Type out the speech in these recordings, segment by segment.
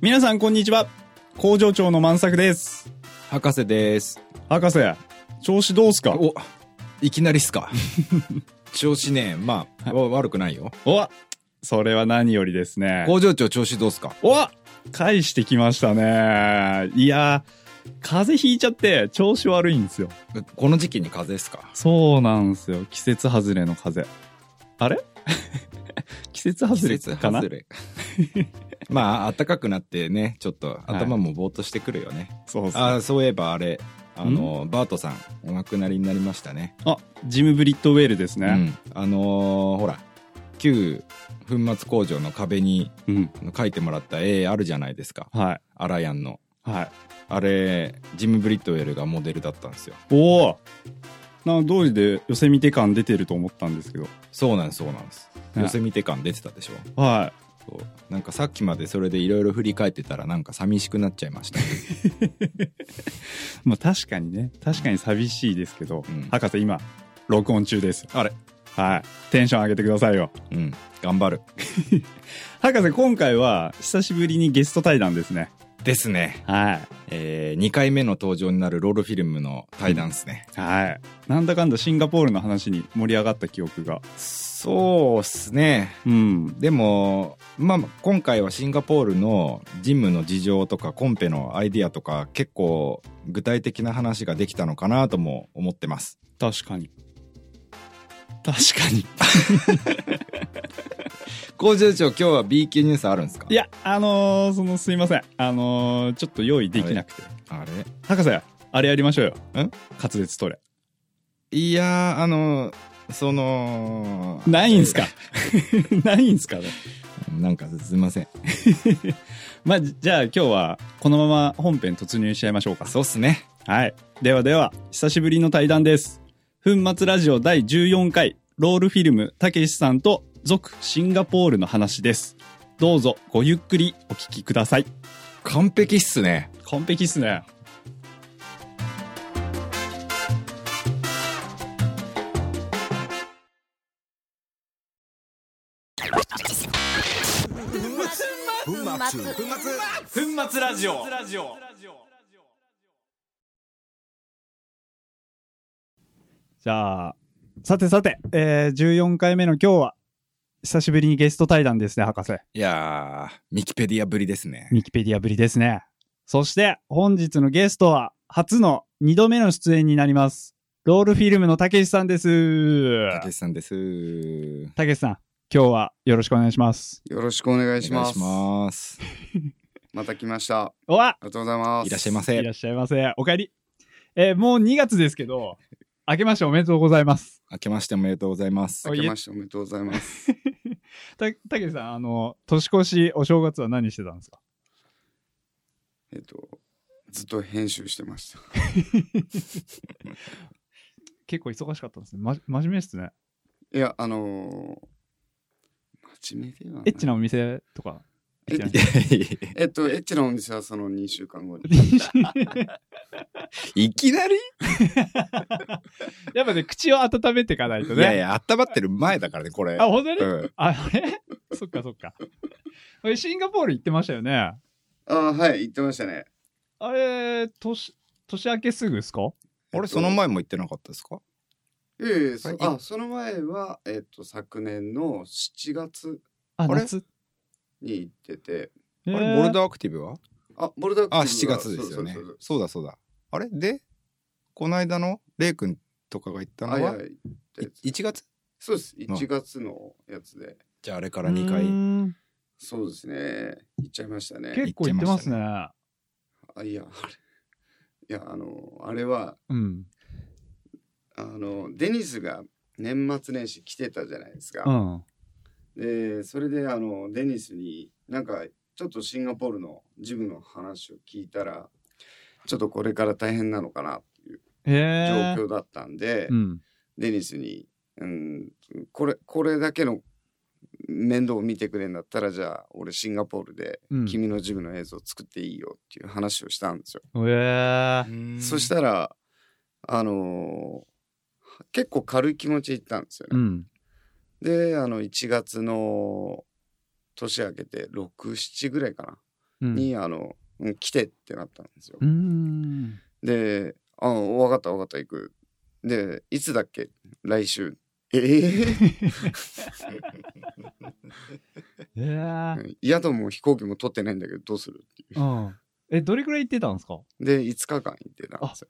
皆さんこんにちは工場長の満作です博士です。博士調子どうすかお、いきなりっすか。 調子ね、まあ、わ悪くないよ。おそれは何よりですね工場長調子どうっすかお返してきましたねいや風邪ひいちゃって調子悪いんですよこの時期に風邪っすかそうなんですよ季節外れの風邪あれ 季節外れかな季節外れ まあ、暖かくなってね、ちょっと頭もぼーっとしてくるよね。そうそうああ、そういえばあれ、あの、バートさん、お亡くなりになりましたね。あジム・ブリットウェールですうねん。あのーほら、旧粉末工場の壁にうん、あの書いてもらった絵あるじゃないですか。はいアラヤンの。はいあれ、ジム・ブリットウェルがモデルだったんですよ。おおなんかどうりで寄せ見て感出てると思ったんですけどそうなんですそうなんですうん寄せ見て感出てたでしょはそうなんかさっきまでそれでいろいろ振り返ってたらなんか寂しくなっちゃいましたいまあ確かにね確かに寂しいですけど、うん博士今録音中ですあれはいテンション上げてくださいよ うん頑張る博士今回は久しぶりにゲスト対談ですねですねはいえー、2回目の登場になるロールフィルムの対談ですね、はいなんだかんだシンガポールの話に盛り上がった記憶がそうっすねうんでもまあ今回はシンガポールのジムの事情とかコンペのアイディアとか結構具体的な話ができたのかなとも思ってます確かに確かに工場長今日は B 級ニュースあるんですかいやあのーそのすいませんあのーちょっと用意できなくてあれ博士あれやりましょうよん滑舌トレいやー、あの、その、ないんすか ないんすかねなんかすいません。まあ、じゃあ今日はこのまま本編突入しちゃいましょうか。そうっすね。はい。ではでは、久しぶりの対談です。粉末ラジオ第14回、ロールフィルム、たけしさんと、続シンガポールの話です。どうぞ、ごゆっくりお聞きください。完璧っすね。完璧っすね。粉末ラジオ。じゃあ、さてさて、えー、14回目の今日は、久しぶりにゲスト対談ですね、博士。いやー、ミキペディアぶりですね。ミキペディアぶりですね。そして、本日のゲストは、初の2度目の出演になります。ロールフィルムのたけしさんです。たけしさんです。おたけしさん、今日はよろしくお願いします。よろしくお願いします。まます。た来ました。あおわりがとうございます。いらっしゃいませ。いせ。らっしゃいませ。お帰り。えーもう2月ですけど、明けましておめでとうございます。 明けましておめでとうございますお。い明けましておめでとうございます。た、たけしさん、あの、年越し、お正月は何してたんですかえっと、ずっと編集してました。結構忙しかったんですね。ま、真面目ですね。いや、あのー、真面目ではない。エッチなお店とか。え行っていやいやえっと、エッチなお店はその2週間後に。 いきなり やっぱね、口を温めていかないといね。やいや、温まってる前だからね、これ。あ、本当に、うん。あれ そっかそっか。あれシンガポール行ってましたよね。ああ、はい、行ってましたね。あれ、年、年明けすぐですかあれ、その前も言ってなかったですかいえいえそはいあ、その前は、えっと、昨年の7月ああれ夏に行ってて、ああれ、ボルダーアクティブはあ、ボルダーあ、クテ7ィブが月ですよね。そそうそうそうだそうだ。あれで、この間のレイ君とかが言ったそのうあいやは、いや行ったやつい1月そうです、1月のやつで。じゃああれかから2回。そうですね。行っちゃいましたね。結構行ってますね。あいやあれいやあのあれはうん。あのデニスが年末年始来てたじゃないですうか、ん。でそれであのデニスになんかちょっとシンガポールのジムの話を聞いたらちょっとこれから大変なのかなっていう状へえ。況だったんで、うん。デニスに、うん、これこれだけの面倒を見てくれんだったらじゃあ俺シンガポールでうん。君のジムの映像作っていいよっていう話をしたんですよ。へえ。そそししたら、たら、あのー結構軽い気持ちで行ったんですようね。ん。で、あの、1月の年明けて6、7ぐらいかに、あのうん来てってなったんですよう。ん。で「あ分かった分かった行く」で「いつだっけ来週」えええー、宿も飛行機も取ってないんだけどどうするっていううん。え、どれくらい行ってたんですかで5日間行ってたんですよ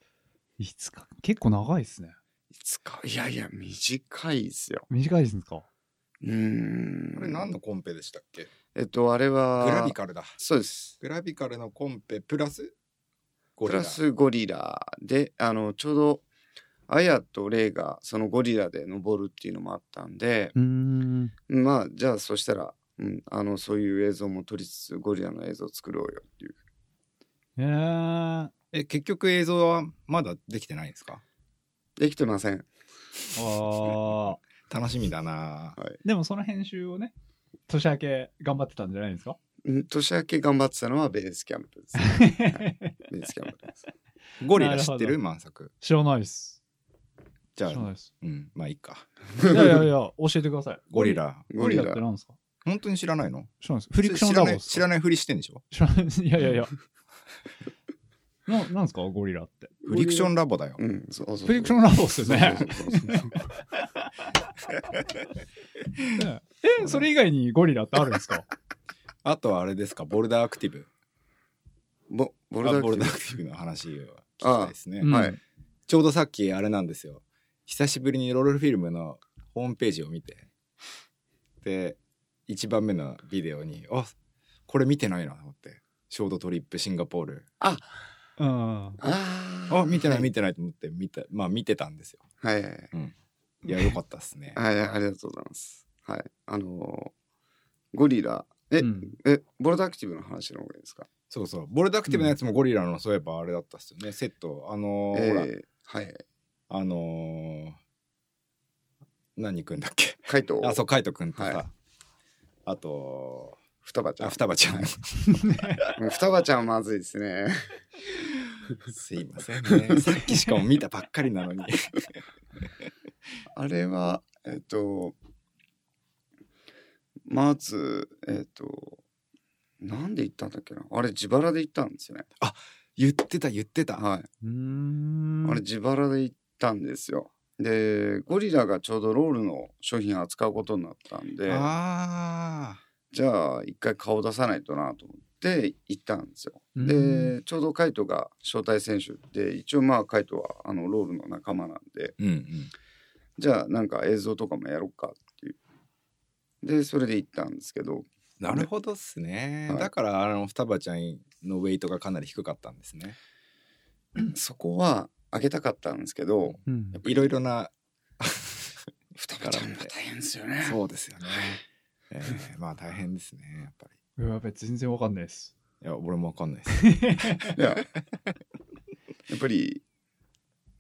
いつか、結構長いですね。 5日いやいや短いですよ短いですかうーんこれ何のコンペでしたっけえっとあれはグラビカルだ。そうですグラビカルのコンペプラスゴプリララスゴリラであのちょうどアヤとレイがそのゴリラで登るっていうのもあったんで、うん。まあじゃあそしたら、うん、あのそういう映像も撮りつつゴリラの映像作ろうよっていうえー、え結局映像はまだできてないんですかできてませんああ。楽しみだなぁでもその編集をね、年明け頑張ってたんじゃないんですか うん年明け頑張ってたのはベースキャンプです、ベースキャンプですゴリラ知ってなるるほ満作知らないです。じゃ知らないあです。うんまあいいかいやいやいや、教えてくだ さい。ゴリ。ラゴゴリリララって何ですか本当に知らないの知らないです。フリクション知らラボなっいす知らないふりしてんでしょ知らないです。いやいやいや。 ななんですかゴリラって。フリクションラボだようんそうそうそうフリクションラボっすよね。そうそうそうそうねえ、それ以外にゴリラってあるんです かあとはあれですかボルダーアクティブボボあルダーボ級ルダーアクティブの話を聞きたいですねうんはい。ちょうどさっきあれなんですよ久しぶりにロールフィルムのホームページを見てで1番目のビデオにあこれ見てないなと思ってショートトリップシンガポールうん。あーあ見てない見てないと思って見たまあ見てたんです よはいはいはいいやよかったですねはい、ありがとうございます。はい。あのーゴリラ、え、うんえ、ボルダーアクティブの話の方がいいですかそうそうボルダクティブのやつもゴリラのそういえばあれだったっすよねセットあのーえほらー、はい。あのー何くんだっけカイト、あそうカイトくんとさ、はいあと双葉ちゃあん。双葉ちゃんうん双葉ちゃんまずいですね。 すいませんねさっきしかも見たばっかりなのにあれは、えっと、まず、えっと、なんで行ったんだっけなあれ自腹で行ったんですよね。言ってた言ってた、はい。うんあれ自腹で行ったんですよ。で、ゴリラがちょうどロールの商品を扱うことになったんで、あじゃあ一回顔出さないとなと思って行ったんですよ。うでちょうどカイトが招待選手で一応まあカイトはあのロールの仲間なんでーうんうんじゃあなんか映像とかもやろうかっていうでそれで行ったんですけどなるほどっすね、はいだからあの双葉ちゃんのウェイトがかなり低かったんですねそこは上げたかったんですけどうんいろいろな双葉ちゃんが大変ですよねそうですよね、え ーまあ大変ですねやっぱりうわやべ、全然わかんないです。いや俺もわかんないですいややっぱり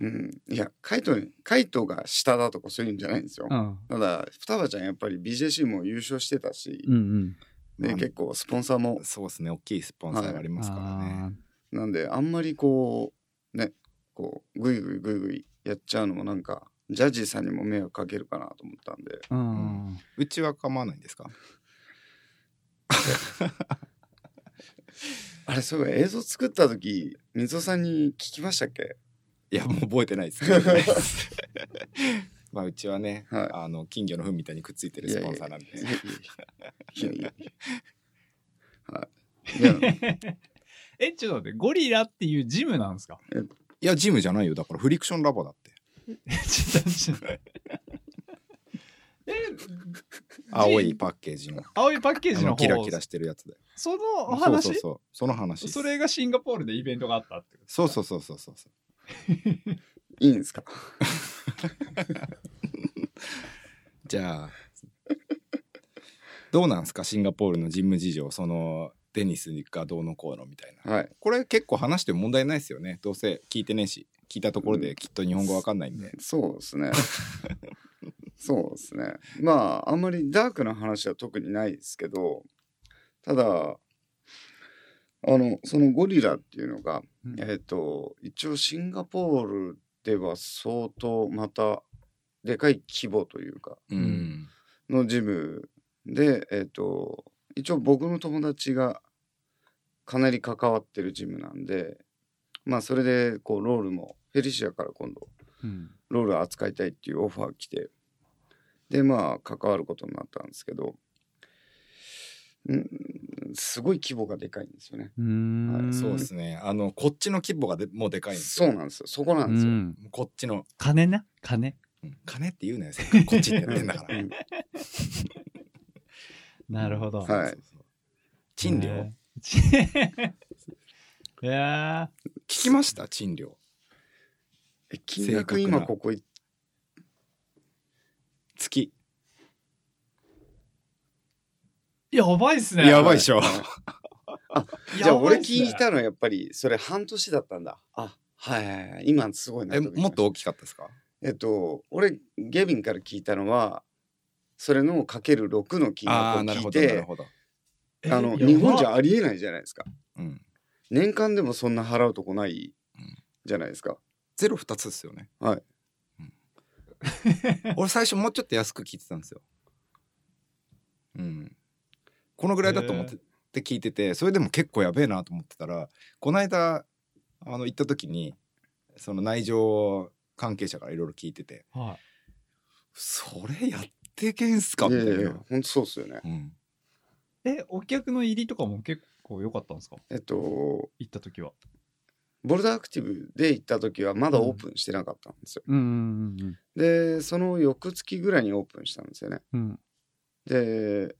うんいやカイトにカイトが下だとかそういうんじゃないんですようん。ただ双葉ちゃんやっぱり BJC も優勝してたしうんうん。で結構スポンサーもそうですね大きいスポンサーがありますからね、あーなんであんまりこうねこうグイグイグイグイやっちゃうのもなんかジャッジさんにも迷惑かけるかなと思ったんでうん。うちは構わないんですかあれそういえば映像作った時水尾さんに聞きましたっけいやもう覚えてないです覚えてないですまあうちはね、はいあの金魚の糞みたいにくっついてるスポンサーなんでいやいやいやはいいやえ、ちょっと待って、ゴリラっていうジムなんですか いやジムじゃないよだからフリクションラボだってちょっとちょっとえ、青いパッケージの青いパッケあージのの方キラキラしてるやつでそのお話そそうそうそうその話それがシンガポールでイベントがあったってことそうそうそうそうそうそういいんですかじゃあどうなんですかシンガポールのジム事情そのデニスがどうのこうのみたいなはいこれ結構話しても問題ないですよねどうせ聞いてねえし聞いたところできっと日本語わかんないんで、そうですねそうですねまああんまりダークな話は特にないですけどただあのそのゴリラっていうのが、うんえっ、と一応シンガポールでは相当またでかい規模というかうんんのジムでえっ、と一応僕の友達がかなり関わってるジムなんでまあそれでこうロールもフェリシアから今度うん。ロール扱いたいっていうオファー来てでまあ関わることになったんですけどうんすごい規模がでかいんですよね。うーん。そうですねあのこっちの規模がでもうでかいんですそうよなんですよそこなうんですよ。ん。こっちの金な金。うん金って言うなよせっ かくこっちってやってんだからうんなるほど。はそういそうそう賃料、ね。ちいや聞きました賃料え金額今ここい月ーやばいっすね。やばいっしょじゃあ俺聞いたのやっぱりそれ半年だったんだあはいはいはい今すごいなえもっと大きかったですかえっと俺ゲビンから聞いたのはそれのかける6の金ああーなる額を聞ほどなるほいてど、えあのやば日本じゃありえないじゃないですかうん、年間でもそんな払うとこないじゃないですかゼロ二つですよねはい、うん、俺最初もうちょっと安く聞いてたんですようんこのぐらいだと思って,、へって聞いててそれでも結構やべえなと思ってたらこの間あの行った時にその内情関係者からいろいろ聞いててはそれやってけんすかいみやたいな、いやいやほんとそうっすよねうん、い。え、お客の入りとかも結構良かったんですかえっと行った時は。ボルダーアクティブで行った時はまだオープンしてなかったんですよ、うんうんでその翌月ぐらいにオープンしたんですよねうんうん。で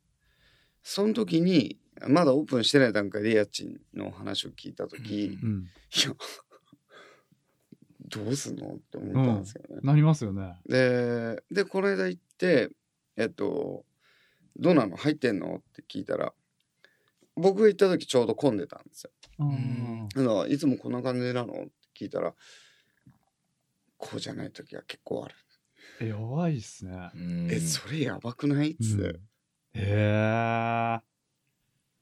その時にまだオープンしてない段階で家賃の話を聞いた時、うん。いやどうすんのって思ったんですけどね、なりますよね。ででこの間行ってえっと「どうなの入ってんの?」って聞いたら僕が行った時ちょうど混んでたんですようん。だからいつもこんな感じなのって聞いたらこうじゃない時は結構ある、えやばいっすね。うんえそれやばくないっつって、うんへえ。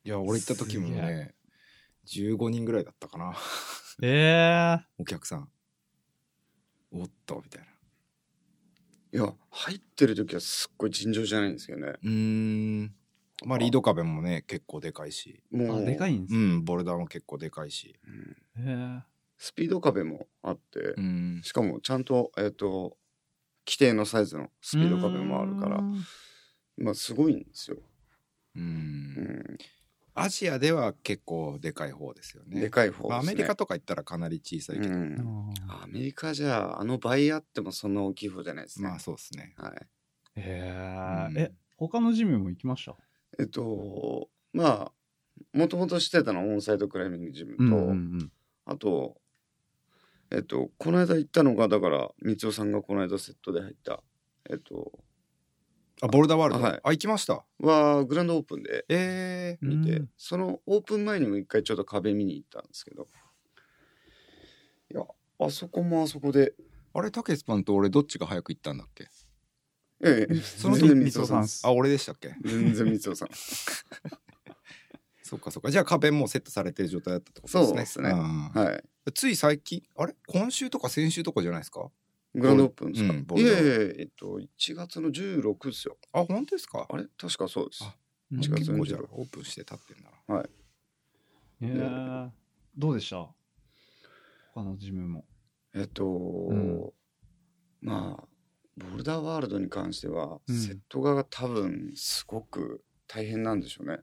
いや俺行った時もすげね15人ぐらいだったかなええ。お客さんおっとみたいないや入ってる時はすっごい尋常じゃないんですよねうーんまあリード壁もね結構でかいしもあ、うでかいんですうね。んボルダーも結構でかいしうんへスピード壁もあって、うんしかもちゃんとえっ、と規定のサイズのスピード壁もあるからうんまあすごいんですよ、ううんんアジアでは結構でかい方ですよねでかい方です、ねまあアメリカとか行ったらかなり小さいけう、ど、うんんアメリカじゃあの倍あってもそんな大きい方じゃないですね、まあそうですねはい、へうえ。んえ、他のジムも行きましたえっとまあもともとしてたのはオンサイドクライミングジムと、うんあとえっとこの間行ったのがだから光代さんがこの間セットで入ったえっとあボルダーワールド、はいあ行きましたはグランドオープンでえー、うん。見て、うんそのオープン前にも一回ちょっと壁見に行ったんですけどいやあそこもあそこであれたけしパンと俺どっちが早く行ったんだっけええその時全然光代さんでっすすあ俺でしたっけ全然光代さんそっかそっかじゃあ壁もうセットされてる状態だったってことですねそうですねんはいつい最近あれ今週とか先週とかじゃないですかグランドオープンですか、うんボいルダやーいやいやえっと1月の16ですよあ本当ですかあれ確かそうですあうん違う結構じゃあオープンして立ってんだなへえ。どうでした他のジムも。えっと、んまあボルダーワールドに関しては、うんセット側が多分すごく大変なんでしょうね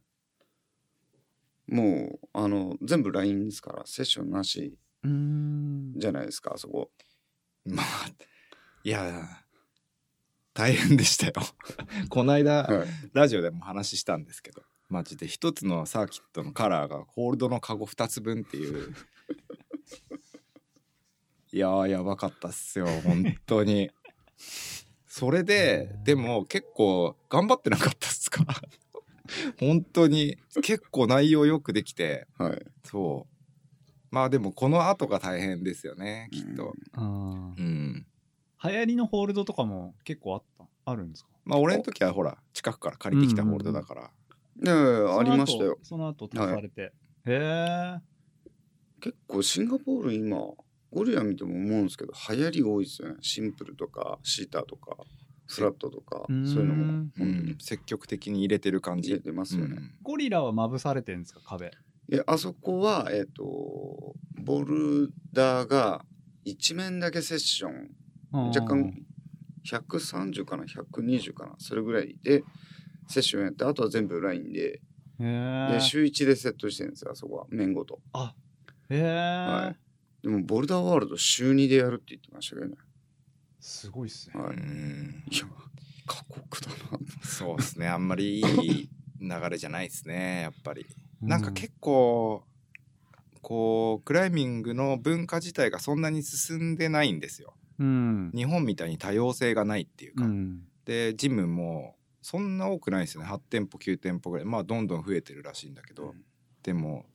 もうあの全部 LINE ですからセッションなしうん。じゃないですかあそこまあ、いや、大変でしたよ。 この間、はいラジオでも話したんですけど、マジで一つのサーキットのカラーがホールドのカゴ2つ分っていう。 いやー、やばかったっすよ、本当に。それで、でも結構頑張ってなかったっすか 本当に結構内容よくできて、はいそう。まあでもこの後が大変ですよね、きっと。あーうん流行りのホールドとかも結構あったあるんですかまあ俺の時はほら近くから借りてきたホールドだから、でありましたよその後その後足されて。へえ。結構シンガポール今ゴリラ見ても思うんですけど流行り多いですよねシンプルとかシーターとかフラットとかそううんいうのもうん積極的に入れてる感入れじ、てますよね、うんゴリラはまぶされてんですか壁。であそこは、えっとボルダーが一面だけセッション若干130かな120かなそれぐらいでセッションやってあとは全部ラインでへえで週1でセットしてるんですよあそこは面ごとへはえいでもボルダーワールド週2でやるって言ってましたけどねすごいっすねはういんいや過酷だなそうですねあんまりいい流れじゃないですねやっぱりなんか結結構こうクライミングの文化自体がそんなに進んでないんですよ構うん日本みたいに多様性がないっていううか、んでジムもそんな多くないですよね8店舗9店舗ぐらいまあどんどん増えてるらしいんだけど、うんでも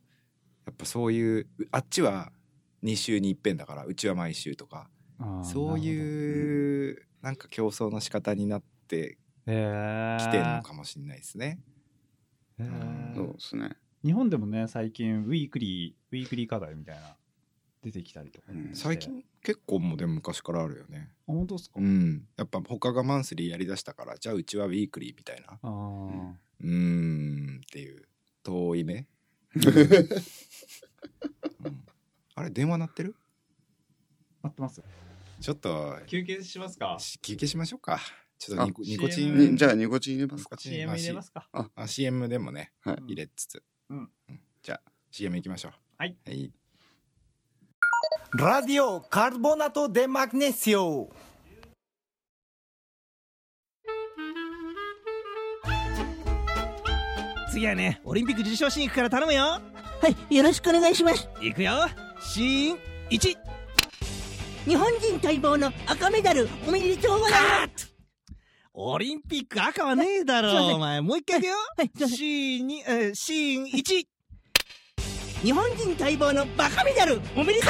やっぱそういうあっちは2週に一遍だからうちは毎週とかあーそういうなんか競争の仕方になってなるほどへえきてるのかもしれないですね。へえうんそうですね、日本でもね最近ウィークリーウィークリー課題みたいな出てきたりとかうんして最近結構もうでも昔からあるよね。あ本当ですか、うん、やっぱ他がマンスリーやりだしたからじゃあうちはウィークリーみたいなあーうーんっていう遠い目、うんあれ電話鳴ってる合ってますちょっと休憩しますかし休憩しましょうかちょっとニコあニコチ CM ンにじゃあニコチン入れまニすかコチンまあすかあ CM でもね、はい入れつつ、うんじゃあ CM 行きましょうはい、はい、 Radio Carbonato de Magnesio. 次はねオリンピック受賞シーン行くから頼むよはい、よろしくお願いします。行くよシーン1日本人待望の赤メダル、おめでとうございます。オリンピック赤はねえだすいまろせんお前もう一回行くよはい、すいませんシーン2、えーシーン1日本人待望のバカメダル、おめでとうござい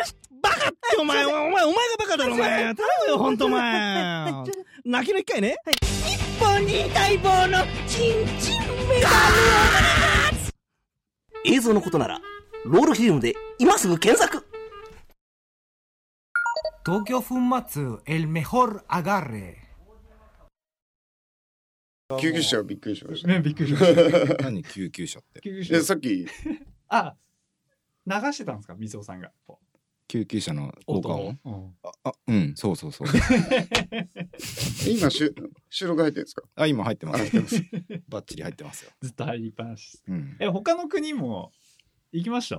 ます。バカってお前お前お前がバカだろお前頼むよほんとお前はい ちょ泣きの一回ね日本人待望のチンチンメダ映像のことなら、ロールフィルムで今すぐ検索 Tokyo Fumatsu, el mejor agarre. 救急車がびっくりしましたねびっくりしま した何救急車って救急え車さっきあ流してたんですか水尾さんがこ救急車のう効果音音をああうんそうそう そう今しゅ収録入ってるんですかあ今入ってますバッチリ入ってますよ、ずっと入りっぱなしうん、え他の国も行きましたい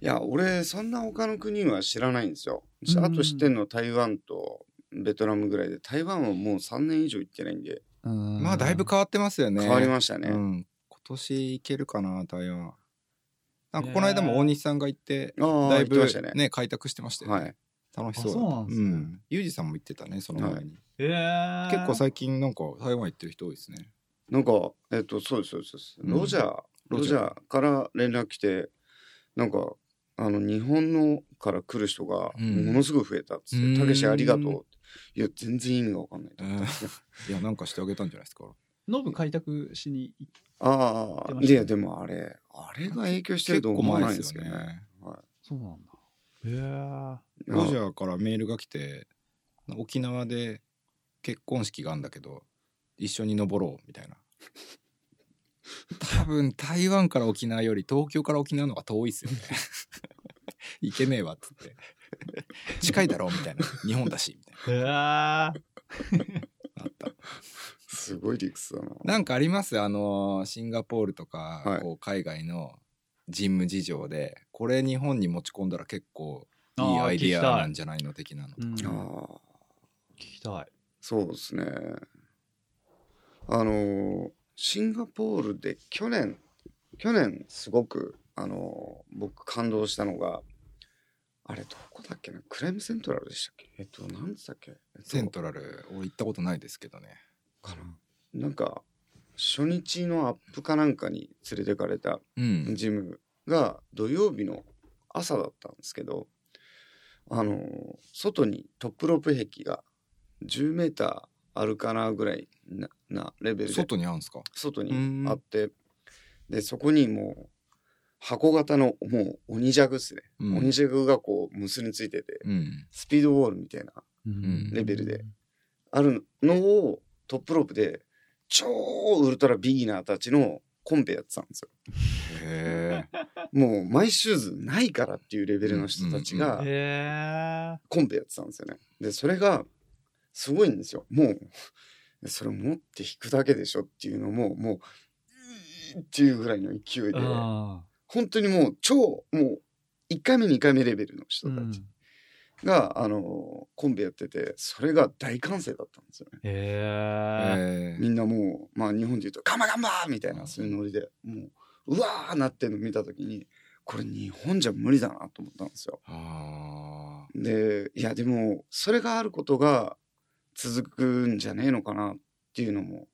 や俺そんな他の国は知らないんですようんあと知ってんの台湾とベトナムぐらいで台湾はもう3年以上行ってないんでままあだいぶ変わってますよね変わりましたね、うん、今年行けるかな台湾なんかこの間も大西さんが行って、あだあだいいぶぶね開拓してましたよね、はい楽しそうだあそうなんですねんユージさんも行ってたねその前に、えー結構最近なんか台湾行ってる人多いですねなんかえっ、とそうですそうですそうです、うんロジャーロロジジャーャーから連絡来てなんかあの日本のから来る人がうんものすごい増えたっつっうんて「たけしありがとう」いや全然意味が分かんないと思ったんですよ、 いやなんかしてあげたんじゃないですかノブ開拓しに行っあ出あましたいやでもあれあれが影響してると思わないんですけどね結構前ですそうなんだへえーロジーャーからメールが来て沖縄で結婚式があるんだけど一緒に登ろうみた いな多分台湾から沖縄より東京から沖縄の方が遠いっすよ ね行けねえわっつって近いだろうみたいな日本だしみたいへえーなあったすごい理屈だななんかありますあのシンガポールとか、はいこう海外のジム事情でこれ日本に持ち込んだら結構いいあーアイディア聞きたいなんじゃないの的なのうんあ聞ーきたいそうですねあのーシンガポールで去年去年すごくあのー僕感動したのがあれどこだっけなクライムセントラルでしたっけえっと何でしたっけ、えっとセントラル俺行ったことないですけどねなんか初日のアップかなんかに連れてかれたうんジムが土曜日の朝だったんですけどあの外にトップロープ壁が10メーターあるかなぐらいななレベルで外にあるんですか外うんにあってでそこにもう箱型のもう鬼ジャグっすね、うん鬼ジャグがこう結びついててうんスピードウォールみたいなうんレベルであるのをトップロープで超ウルトラビギナーたちのコンペやってたんですよ。へえ。もうマイシューズないからっていうレベルの人たちがへコンペやってたんですよね。でそれがすごいんですよ。もうそれ持って弾くだけでしょっていうのももううーっていうぐらいの勢いえ。であ本当にもう超もう1回目2回目レベルのあ。う人たんちが、あのコンペやっててそれが大歓声だったんですよね。へえ。え みんなもう、まあ、日本で言うと「ガンバガンバ!」みたいなそういうノリでもううわーなってるの見た時にこれ日本じゃ無理だなと思ったんですよ。あでいやでもそれがあることが続くんじゃねえのかなっていうのも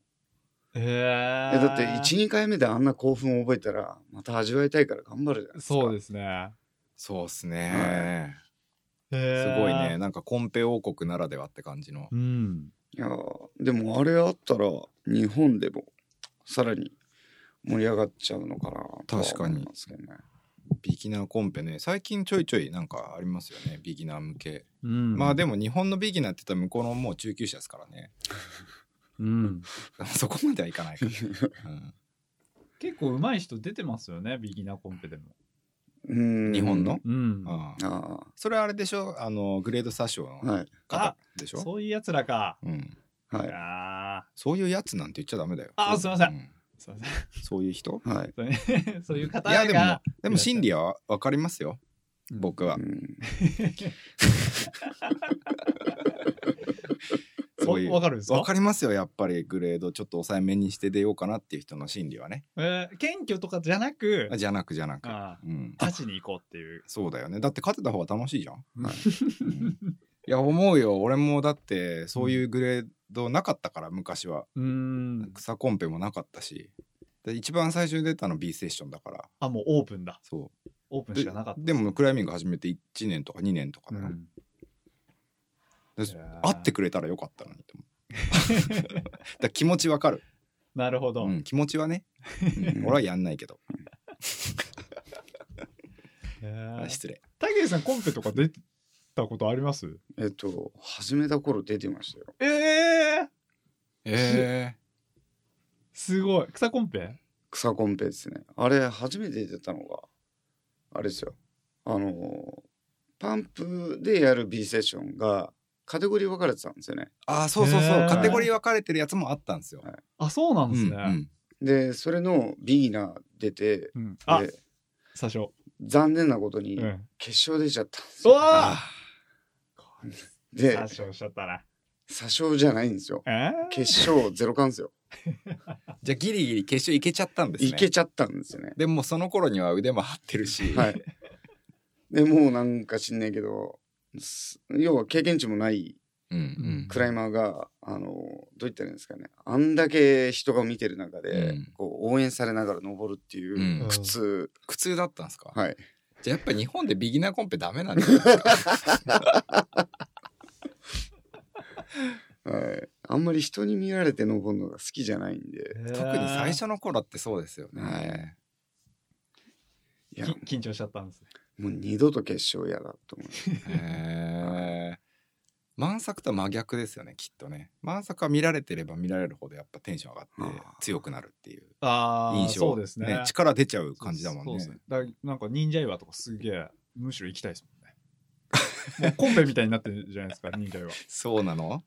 へええ。だって12回目であんな興奮を覚えたらまた味わいたいから頑張るじゃないですか。そうですね。そうっすね。すごすごいね。。なんかコンペ王国ならではって感じのう。ん。いやーでもあれあったら日本でもさらに盛り上がっちゃうのかなとは確かに思いますけどねビギナーコンペね。最近ちょいちょいなんかありますよね。ビギナー向け。うん。まあでも日本のビギナーって言ったら向こうのもう中級者ですからね。 うん。そこまではいかないから。 うん結構上手い人出てますよね、ビギナーコンペでも。うん日本のうん。あああそれはあれでしょあの、グレード詐称あのはい方でしょそういうやつらか。うん、はいああ。そういうやつなんて言っちゃダメだよ。あーすいませんうすいませそういう人はい、ん。 そういう方いが。やでもでも心理はわかりますよ僕はうん、そういうわかるんですかわかりますよやっぱりグレードちょっと抑えめにして出ようかなっていう人の心理はねえー謙虚とかじゃなくあ、じゃなくじゃなくあうんあ、勝ちに行こうっていう。そうだよねだって勝てた方が楽しいじゃん、はいうんいや思うよ俺もだってそういうグレードなかったから昔はうん。草コンペもなかったしで一番最初に出たの B セッションだからあ、もうオープンだ。そうオープンでしかなかった。でもクライミング始めて1年とか2年とかだよ、で会ってくくれたらよかったのにと思う だから気持ちわかる、なるほど、うん、気持ちはね、 うん俺はやんないけどへーあ失礼たけしさんコンペとか出たことありますえっと始めた頃出てましたよえええすごい草コンペ草コンペですねあれ初めて出たのがあれですよあのーパンプでやる B セッションがカテゴリー分かれてたんですよね ああそうそうそう、へーカテゴリー分かれてるやつもあったんですよ、あそうなんですうね、んうんうんでそれのビギナー出てあで最初、残念なことにうん、決勝出ちゃったんですうよ、わあであ最初しちゃったな詐称じゃないんですよえー決勝ゼロ感ですよーじゃあギリギリ決勝いけちゃったんですねいけちゃったんですよねでもその頃には腕も張ってるし、はいでもうなんか知んねえけどす要は経験値もないうんうん、クライマーがあのどう言ったらいいんですかねあんだけ人が見てる中で、うんこう応援されながら登るっていううん苦痛、苦痛だったんですか、はいじゃあやっぱ日本でビギナーコンペダメ なんじゃないですかはい、あんまり人に見られて登るのが好きじゃないんで特に最初の頃ってそうですよね、はいいやき緊張しちゃったんですねもう二度と決勝やだと思うへえ満作とは真逆ですよねきっとね満作は見られてれば見られるほどやっぱテンション上がってあー強くなるっていうあ印象そうですね力出ちゃう感じだもんねそうそうだからなんか忍者岩とかすげえむしろ行きたいです もんねもうコンペみたいになってるじゃないですか忍者岩、そうなの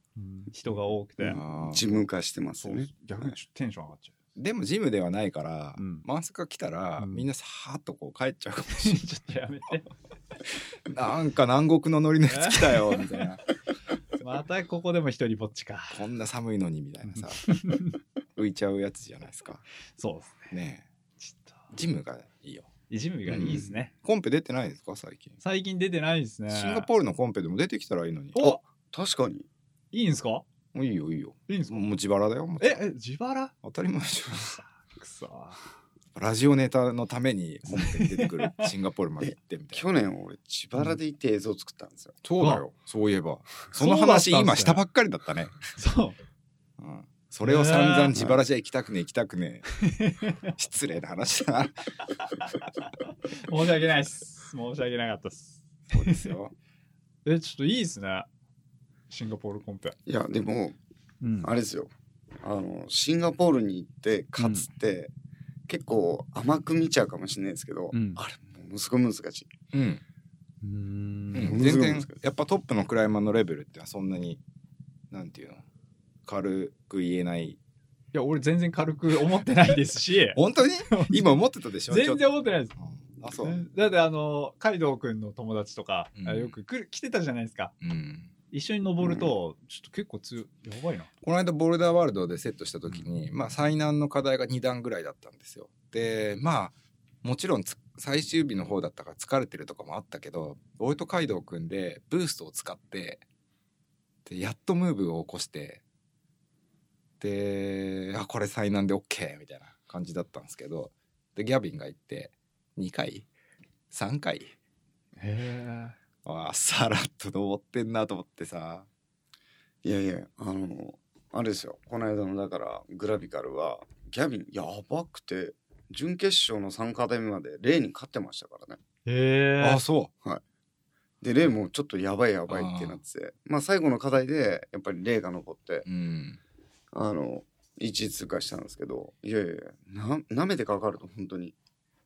人が多くて、あー自分化してますそうね逆にちょっとテンション上がっちゃでもジムではないから、うん満作が来たら、うんみんなさーっとこう帰っちゃうかもうしちょっとやめて れない なんか南国のノリのやつ来た よみたいなまたここでも一人ぼっちか。こんな寒いのにみたいな さ浮いちゃうやつじゃないですかそうですね。ねえちょっと、ジムがいいよいじめがいいですね。コンペ出てないですか最近最近出てないですね。シンガポールのコンペでも出てきたらいいのにお確かにいいんですかあいいよいいよいいんですかもう自腹だよ。もうえ、え、自腹当たり前でしくそ。ょ。ラジオネタのためにコンペに出てくるシンガポールまで行って みたいな。去年俺自腹で行って映像作ったんですよ、そうだよ。そういえば。そのそうだったんす話ね今したばっかりだったね。そう。うん。それを散々自腹じゃ行きたくねえ行きたくねえ。失礼な話だな。申し訳ないっす。申し訳なかったっす。そうです よ。え、ちょっといいですね。シンガポールコンペ。いやでもうんあれですよあのシンガポールに行って勝つって、結構甘く見ちゃうかもしれないですけど、うんあれものすごい難しいうん、うんうん、全然やっぱトップのクライマーのレベルってのはそんなになんていうの軽く言えないいや、俺全然軽く思ってないですし 、本当に今思ってたでしょちょ全っ然と思ってないです。うんあそう、だってあの、カイドウくんの友達とか、うんあよく来る来てたじゃないですか。うん、一緒に登ると、ちょっと結構強い、やばいな。この間ボルダーワールドでセットした時に、まあ最難の課題が2段ぐらいだったんですよでまあもちろんつ最終日の方だったから疲れてるとかもあったけど俺とカイドウくんでブーストを使ってでやっとムーブを起こしてであこれ最難で OK みたいな感じだったんですけどでギャビンが行って2回3回へあさらっと登ってんなと思ってさいやいやあのあれですよこの間のだからグラビカルはギャビンやばくて準決勝の3課題目までレイに勝ってましたからねえ。へあそうでレイもちょっとやばいやばいってなっててまあ最後の課題でやっぱりレイが残ってうんあの1位通過したんですけどいやいやいやな舐めてかかると本当に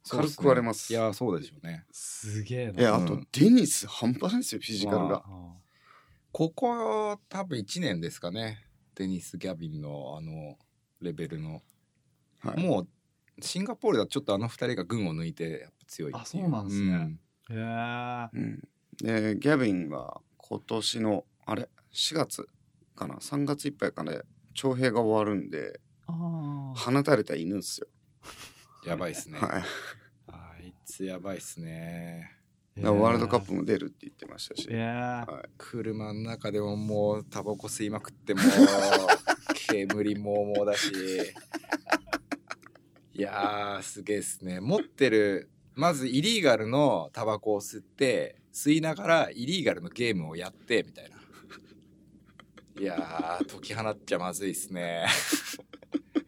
軽く割れますいやそうでしょうねすげえいやあうんとデニス半端ないですよフィジカルが。ここ多分1年ですかねデニス・ギャビンのあのレベルの、はいもうシンガポールではちょっとあの2人が群を抜いてやっぱ強いっていあそうなんですねうんへえ。うんでギャビンは今年のあれ4月かな3月いっぱいかね徴兵が終わるんでああ。放たれた犬っすよ、やばいっすね、はい、あいつやばいっすねだからワールドカップも出るって言ってましたしいやー車の中でももうタバコ吸いまくって もう煙もうもうだしいやーすげえっすね持ってるまずイリーガルのタバコを吸って吸いながらイリーガルのゲームをやってみたいないやー解き放っちゃまずいっすね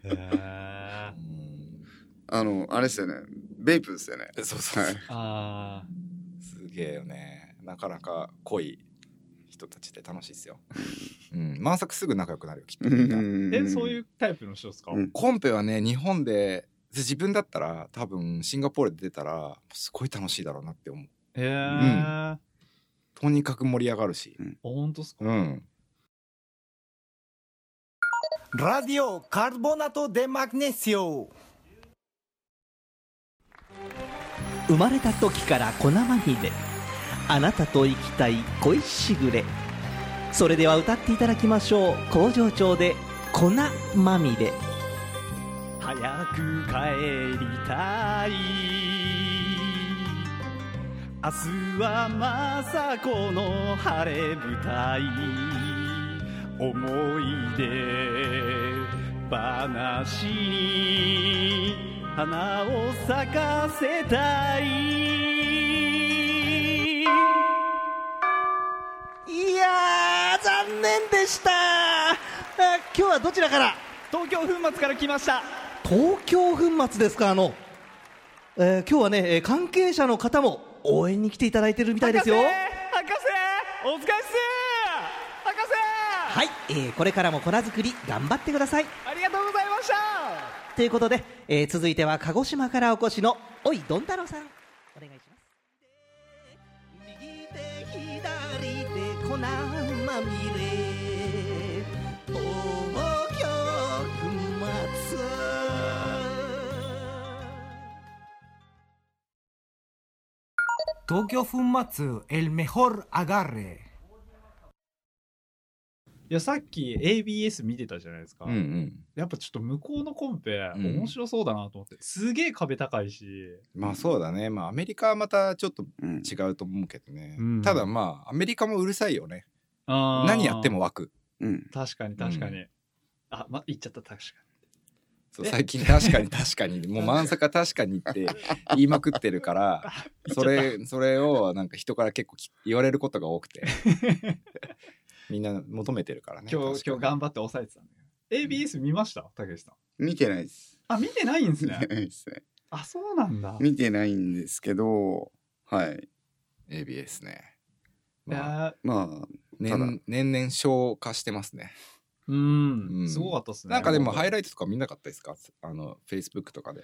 へえう。んあのあれですよねベイプですよねそうそうそう、はいああ。すげえよねなかなか濃い人たちで楽しいっすよ、うん、満作すぐ仲良くなるよきっとみんなえ、えそういううタイプの人ですかうんコンペはね日本でで自分だったら多分シンガポールで出たらすごい楽しいだろうなって思うへえ。とにかく盛り上がるしほんとっすかうんラディオカルボナト・デ・マグネシオ生まれた時から粉まみれあなたと生きたい恋しぐれそれでは歌っていただきましょう工場長で「粉まみれ」早く帰りたい明日はまさこの晴れ舞台思い出話に花を咲かせたいいやー残念でしたあ今日はどちらから東京粉末から来ました東京粉末ですかあの、えー今日はねえー関係者の方も応援に来ていただいてるみたいですよ博士お疲れっす博士はい、えーこれからも粉作り頑張ってくださいありがとうございましたということで、えー続いては鹿児島からお越しのおいどんたろうさんお願いします右手左手粉まみれ東京東京粉末 el mejor agarre いや、さっき ABS 見てたじゃないですか。うんうんやっぱちょっと向こうのコンペ、うん面白そうだなと思って。すげえ壁高いし。まあそうだねまあアメリカはまたちょっとん違うと思うけどね、うんただまあアメリカもうるさいよねあー何やっても湧くうん確かに確かに、あま言っちゃった確かそう最近確かに確かにもう満作は確かに って言いまくってるからそれそれをなんか人から結構き言われることが多く てみんな求めてるからねに今日今日確かに頑張って抑えてたんだけど ABS 見ましたたけしさん見てないですあ見てないんです見 てねないですねあそうなんだ、見てないんですけどはい ABS ね、いまあ、やまあただ年年々消化してますねーうん、うんすごかったっすねなんかでもハイらライトとか見なかったですかあの Facebook とかで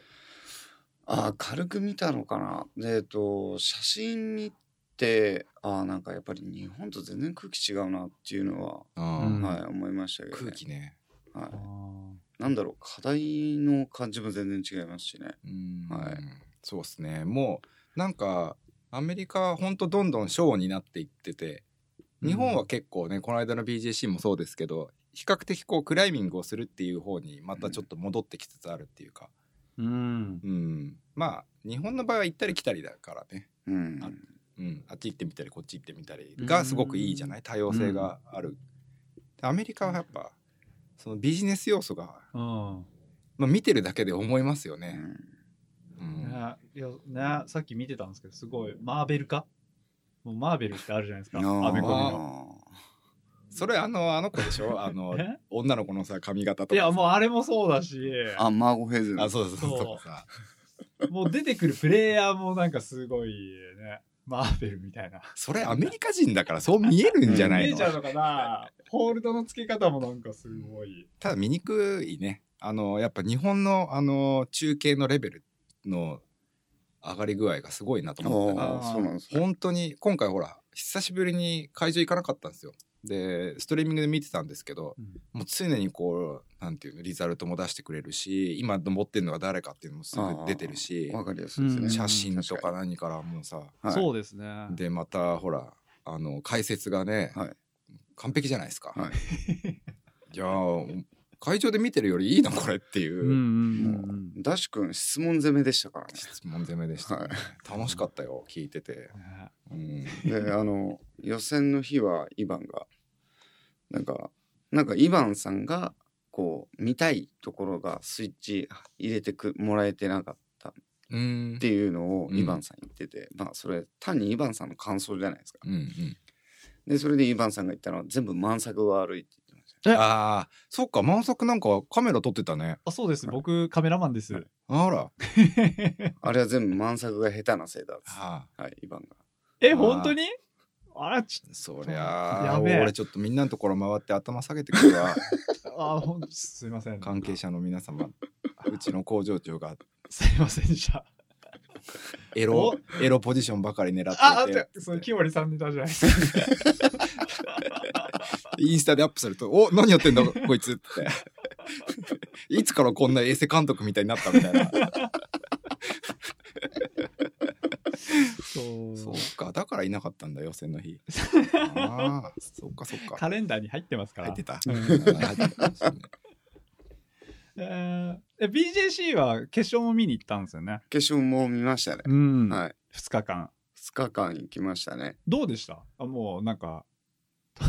あー軽く見たのかなでえっと写真見てあーなんかやっぱり日本と全然空気違うなっていうのは、うんはい思いましたけど、ね、空気ねはい、なんだろう課題の感じも全然違いますしねうんはいそうですねもうなんかアメリカはほんとどんどんショーになっていってて日本は結構ね、この間の BJC もそうですけど比較的こうクライミングをするっていう方にまたちょっと戻ってきつつあるっていうか、うん。うん、まあ日本の場合は行ったり来たりだからね、うんあうん、あっち行ってみたりこっち行ってみたりがすごくいいじゃない多様性がある、アメリカはやっぱそのビジネス要素が、うん。まあ、見てるだけで思いますようね、んうんねいや、ね、さっき見てたんですけど、すごい、マーベル化もうマーベルってあるじゃないですか。アメコミの。それあのあの子でし ょあのえ女の子のさ髪型とかいや、もううあれもそうだし、あマーゴヘズンあそうそうそうそうとかさもう出てくるプレイヤーもなんかすごいね、マーベルみたいな。それアメリカ人だからそう見えるんじゃな見いえのちゃうのかなホールドの付け方もなんかすごい。ただ見にくいねあのやっぱ日本のあの中継のレベルの上がり具合がすごいなと思ったなあーそうなんですね本当に今回ほら久しぶりに会場行かなかったんですよでストリーミングで見てたんですけど、もう常にこうなんていうのリザルトも出してくれるし今登ってるのが誰かっていうのもすぐ出てるしわかりやすいですね、うん写真とか何からもうさ、はいそうですねでまたほらあの解説がね、はい完璧じゃないですか、、はい やー会場で見てるよりいいなこれっていうう、んうんダッシュ君質問攻めでしたからね質問攻めでした、はい楽しかったよ聞いてて、うん。ねうん、であの予選の日はイバンがなんかなんかイバンさんがこう見たいところがスイッチ入れてくもらえてなかったっうんていうのをうんイバンさん言ってて、まあそれ単にイバンさんの感想じゃないですかうんうんでそれでイバンさんが言ったのは全部満作が悪いって言ってましたああそっか満足なんかカメラ撮ってたねあ、そうです。僕、カメラマンです。あら、あれは全部満作が下手なせいだっつっあてはいイバンがえ、本当にあら、ちーそりゃあやべえ俺ちょっとみんなのところ回って頭下げてくる わあ、ほんすいません。関係者の皆様うちの工場長がすいませんでした。エロエロポジションばかり狙あ、あっていじゃてそのキワリさんネタじゃないですか。インスタでアップすると「お何やってんだこいつ」っていつからこんな衛生監督みたいになったみたいな そうそうかだからいなかったんだ予選の 日ああそっかそっかカレンダーに入ってますから。入ってたうん入ってたかもしれ ないえーえ BJC は決勝も見に行ったんですよね。決勝も見ましたね、うんはい2日間。 2日間行きましたねどうでしたあもうなんか、い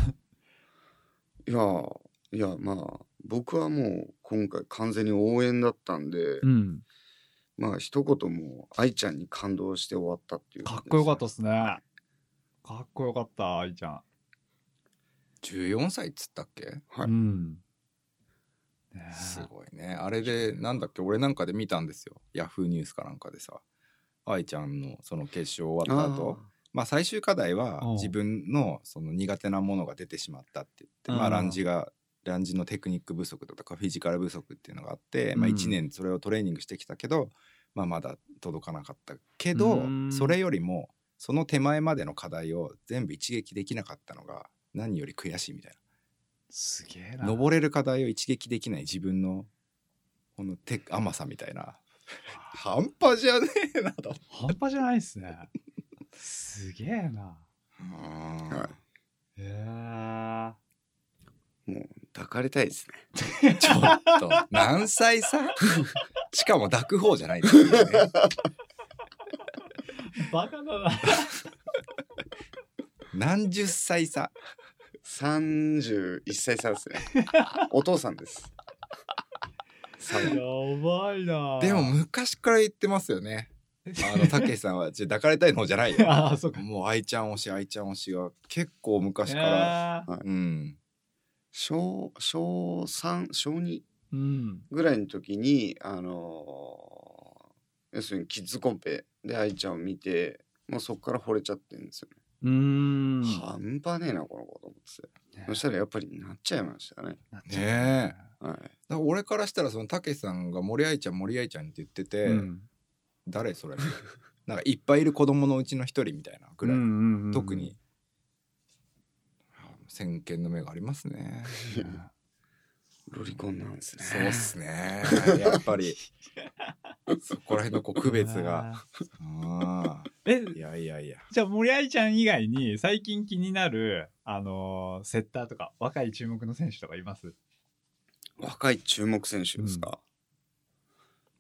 やーいやまあ僕はもう今回完全に応援だったんで、ん、まあ一言もう愛ちゃんに感動して終わったっていうか感っじですこよかったっすね。かっこよかった、愛ちゃん。 14歳っつったっけはいん。ねえすごいねあれでなんだっけ俺なんかで見たんですよヤフーニュースかなんかでさ愛ちゃんのその決勝終わった後まあ、最終課題はうん自分のその苦手なものが出てしまったって言って、まあ、うんランジがランジのテクニック不足とかフィジカル不足っていうのがあって、まあ、うん1年それをトレーニングしてきたけど、まあ、まだ届かなかったけどうんそれよりもその手前までの課題を全部一撃できなかったのが何より悔しいみたいすげえなな。登れる課題を一撃できない自分のこの手甘さみたいな半端じゃねえなと。半端じゃないっすね。すげえな。はえー、抱かれたいですねちょっと、何歳さしかも抱く方じゃないっていうねバカ だな。何十歳さ31歳差です ねお父さんですさやばいな。でも、昔から言ってますよね。あの、たけしさんは、じゃ抱かれたいの方じゃないよ。 ああ、そうか。もう愛ちゃん推し、愛ちゃん推しが結構昔から。えーうん。小小3小2うん。ぐらいの時にあのー要するにキッズコンペで愛ちゃんを見てもうそこから惚れちゃってるんですよ、うーん。ね半端ねえなこの子と思っててそしたらやっぱりなっちゃいましたねねえ。はいだから俺からしたら、そのたけしさんが森愛ちゃん、森愛ちゃんって言ってて、うん誰それなんかいっぱいいる子供のうちの一人みたいなぐらい、特特に先見の目がありますねロリコンなんですね。そうっすねやっぱりそこら辺のこう区別があえーいやいやいやじゃあ森愛ちゃん以外に最近気になるあのーセッターとか若い注目の選手とかいます若い注目選手ですか、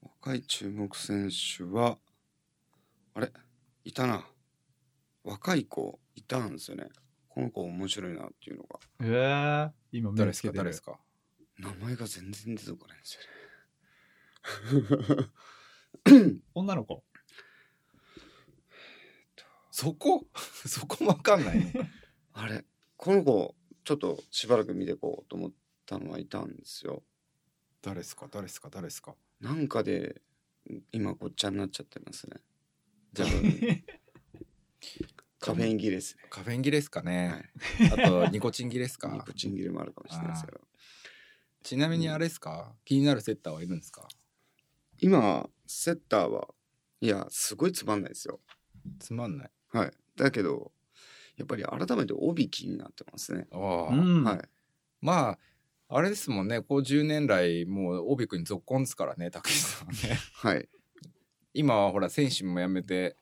若い注目選手はあれいたな若い子いたんですよねこの子面白いなっていうのがええ今誰目でをすつかけて誰でるすか名前が全然出てこないんですよね女の子そこ そこもわかんないのあれこの子ちょっとしばらく見てこうと思ったのはいたんですよ誰ですか誰ですか誰ですかなんかで今ごっちゃになっちゃってますね多分カフェイン切れですねカフェイン切れですかね、あとニコチン切れですニかコチン切れもあるかもしれないですけどちなみにあれですか、気になるセッターはいるんですか今セッターはいやすごいつまんないですよつまんないはいだけどやっぱり改めて帯気になってますね、ああ、うんはいまああれですもんねこう10年来もう帯君に続婚ですからね武志さんはね はい今はほら選手も辞めて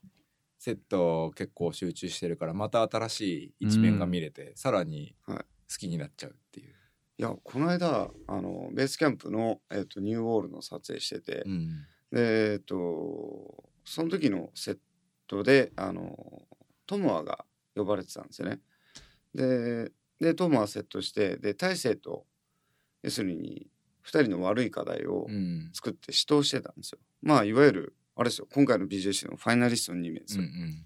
セット結構集中してるからまた新しい一面が見れて、さらにはい好きになっちゃうっていう、いやこの間あのベースキャンプの、えっとニューウォールの撮影してて、うんでえっとその時のセットであのトモアが呼ばれてたんですよねででトモアセットしてで大勢と要するに2人の悪い課題を、うん作って死闘してたんですよ。まあいわゆるあれですよ今回の BJC のファイナリストの2名ですうんうよ、ん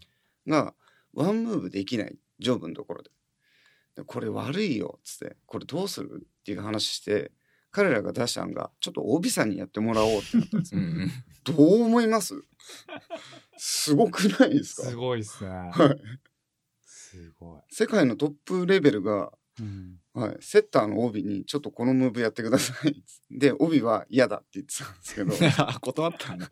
がワンムーブできないジョブのところででこれ悪いよっつってこれどうするっていう話して彼らが出した案がちょっと帯さんにやってもらおうってなったんですうよ。 んどう思いますすごくないですかすごいっすねはいすごい、世界のトップレベルが、はい、セッターの帯にちょっとこのムーブやってくださいっつってで帯は嫌だって言ってたんですけ ど断ったんだい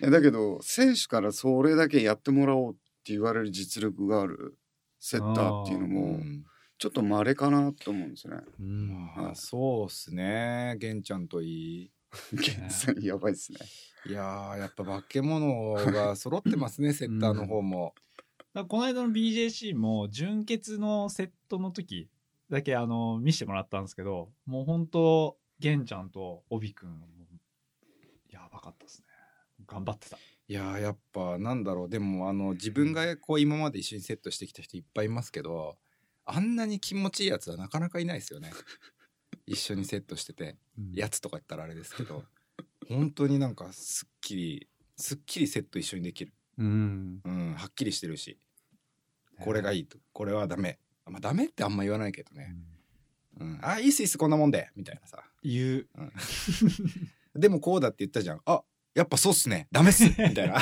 やだけど選手からそれだけやってもらおうって言われる実力があるセッターっていう のうもんちょっと稀かなと思うんですね。まあそうっすね玄ちゃんといい現在やばいですね。いやーやっぱ化け物が揃ってますねセッターの方も、だからこの間の BJC も純潔のセットの時だけあの見せてもらったんですけどもう本当玄ちゃんと帯くんもやばかったですね頑張ってたいやーやっぱなんだろうでもあの自分がこう今まで一緒にセットしてきた人いっぱいいますけどあんなに気持ちいいやつはなかなかいないですよね一緒にセットしててやつとか言ったらあれですけど本当になんかすっきりすっきりセット一緒にできる、うんうん、はっきりしてるしこれがいいとこれはダメまあダメってあんま言わないけどね、うん、あいいっすいいっすこんなもんでみたいなさ言うでもこうだって言ったじゃん。あ、やっぱそうっすね。ダメっ す。みたいな。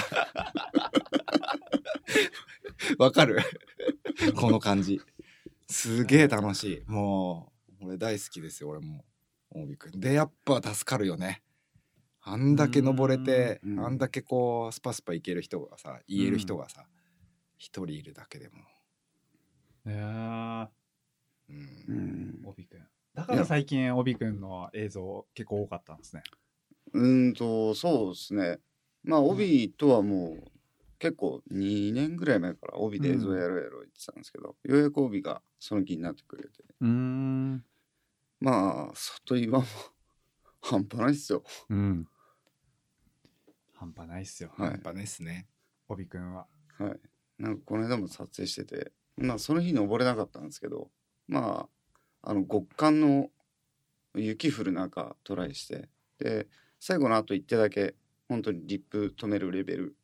わかるこの感じ。すげえ楽しい。もう、俺大好きですよ、俺も。大見くん。で、やっぱ助かるよね。あんだけ登れて、うんあんだけこう、スパスパいける人がさ、言える人がさ、一、人いるだけでも。ねえう。うんん帯くんだから最近帯くんの映像結構多かったんですねうーんとそうですね。まあ帯とはもう結構2年ぐらい前から帯で映像やろうやろう言ってたんですけど、ようやく帯がその気になってくれてうんまあ外岩も 半端ないっすよ。うん半端ないっすよはいやっぱねっすね。帯くんははい。なんかこの間も撮影してて、まあその日登れなかったんですけど、まあ、あの極寒の雪降る中トライして、で、最後のあと1手だけ、本当にリップ止めるレベル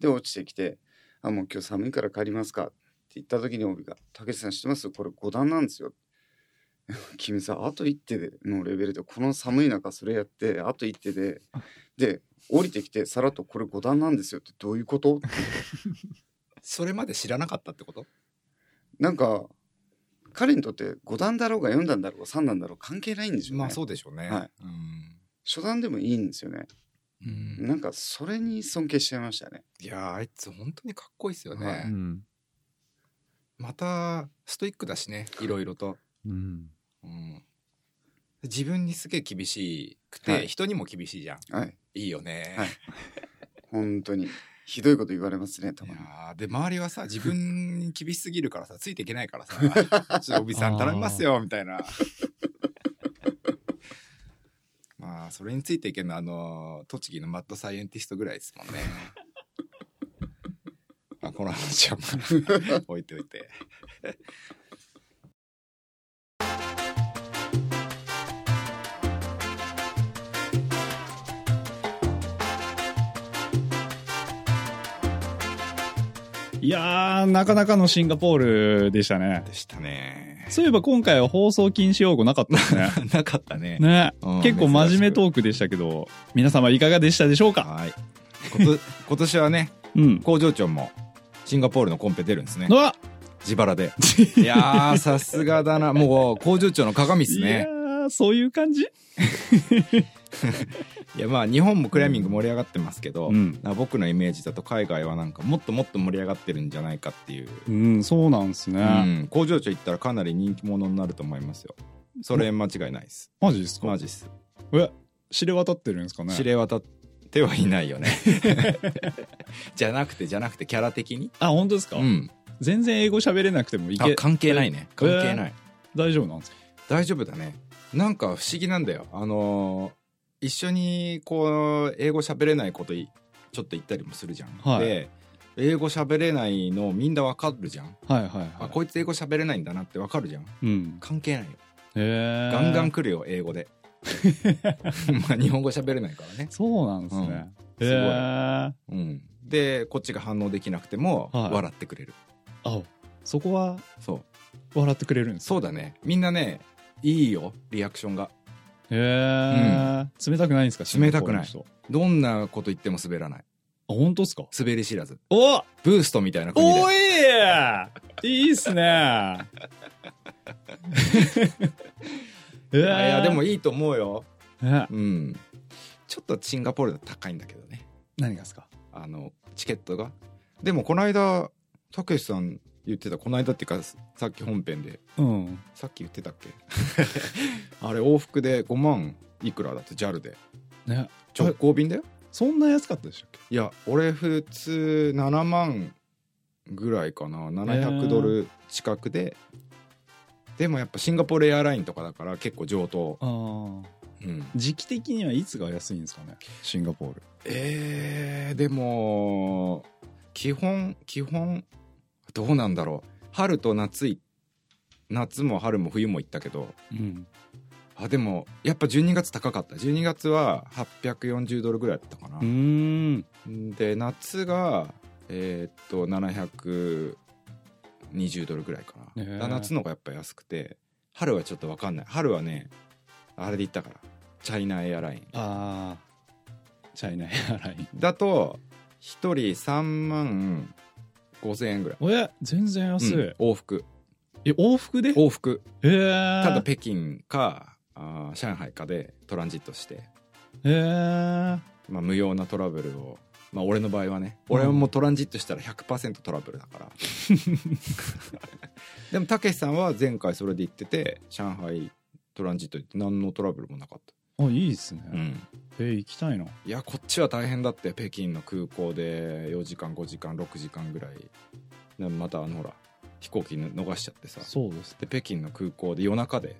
で落ちてきて、あ、もう今日寒いから帰りますかって言った時に帯が、たけしさん知ってますこれ5段なんですよ。 君さ、あと1手でのレベルで、この寒い中それやって、あと1手で、で、降りてきて、さらっとこれ5段なんですよってどういうことそれまで知らなかったってことなんか彼にとって5段だろうが4段だろうが3段だろうが関係ないんですよね、まあそうでしょうね。はいうん。初段でもいいんですよねうんなんかそれに尊敬しちゃいましたね。いやーあいつ本当にかっこいいですよね、はいうん。またストイックだしねいろいろと、うん。うん、自分にすげえ厳しくて、はい人にも厳しいじゃんはい。いいよね、はい本当に。ひどいこと言われますね、たいまに。やーで周りはさ自分に厳しすぎるからさ ついていけないからさ「ちょっとおびさん頼みますよ」みたいな まあそれについていけるのはあの栃木のマッドサイエンティストぐらいですもんねまあこの話はまあ置いておいていやー、なかなかのシンガポールでしたね。でしたねそういえば今回は放送禁止用語なかったで すね。なかったねね、うん結構真面目トークでしたけど、皆様いかがでしたでしょうかはいこと今年 はねうん。工場長もシンガポールのコンペ出るんですねのは、自腹 でいやーさすがだなもう工場長の鏡っすいやねー、そういう感じいやまあ日本もクライミング盛り上がってますけど、うん。な僕のイメージだと海外はなんかもっともっと盛り上がってるんじゃないかっていう、うん、そうなんですね。うん工場長行ったらかなり人気者になると思いますよそれ間違いないですマジですかマジっすえ、知れ渡ってるんですかね知れ渡ってはいない よね じゃなくてじゃなくてキャラ的に、あ、本当ですか、うん、全然英語喋れなくてもいあけ、関係ないね関係ない、大丈夫なんですか大丈夫だねなんか不思議なんだよあのー一緒にこう英語喋れないこといちょっと言ったりもするじゃん、はいで英語喋れないのみんなわかるじゃん、はいはいはい。あこいつ英語喋れないんだなってわかるじゃんうん。関係ないよへーガンガン。来るよ英語で まあ日本語喋れないからね、そうなんですね。うんへすごいーうん、でこっちが反応できなくてもはい笑ってくれる、あ、そこはそう笑ってくれるんですかそうだねみんなねいいよリアクションがへえ、冷たくないんですか冷たくないシンガポールの人どんなこと言っても滑らないあ、本当ですか滑り知らずおブーストみたいな国でおいいいっす ねいいやいやでもいいと思うよ。ねうん。ちょっとシンガポールだと高いんだけどね。何がですかあのチケットが。でもこの間たけしさん言ってたこの間っていうかさっき本編でうんさっき言ってたっ けあれ往復で5万いくらだって JAL でね直行便だよそんな安かったでしたっけいや俺普通7万ぐらいかな700ドル近くで、でもやっぱシンガポールエアラインとかだから結構上等、あーうん、時期的にはいつが安いんですかねシンガポールえー、でも基本基本どうなんだろう春と夏い夏も春も冬も行ったけどうんあでもやっぱ12月高かった12月は840ドルぐらいだったかなう、ーんで夏がえーっと720ドルぐらいかな、へーだから夏のがやっぱ安くて春はちょっと分かんない春はねあれで行ったからチャイナエアラインあーチャイナエアラインだと1人3万5000円ぐらい、おや全然安い、うん往復え往復で往復えただー、北京かあー上海かでトランジットして、えー、まあ、無用なトラブルを、まあ、俺の場合はね俺はもうトランジットしたら100%トラブルだからでもたけしさんは前回それで行ってて上海トランジット行って何のトラブルもなかっあいいですね、た、うんえー、行きたいないやこっちは大変だって北京の空港で4時間5時間6時間ぐらいでまたあのほら飛行機逃しちゃってさそうですで北京の空港で夜中で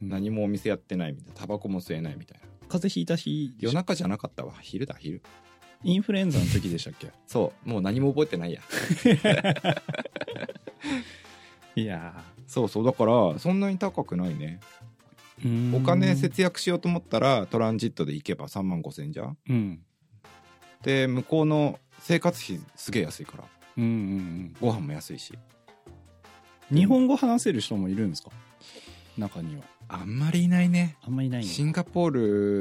何もお店やってないみたいなタバコも吸えないみたいな風邪ひいた日夜中じゃなかったわ昼だ昼インフルエンザの時でしたっけそうもう何も覚えてないや いやそうそうだからそんなに高くないねお金節約しようと思ったらトランジットで行けば3万5千じゃんうんで向こうの生活費すげえ安いからうんうんご飯も安いしうん日本語話せる人もいるんですか中にはあんまりいないねあんまいないシンガポー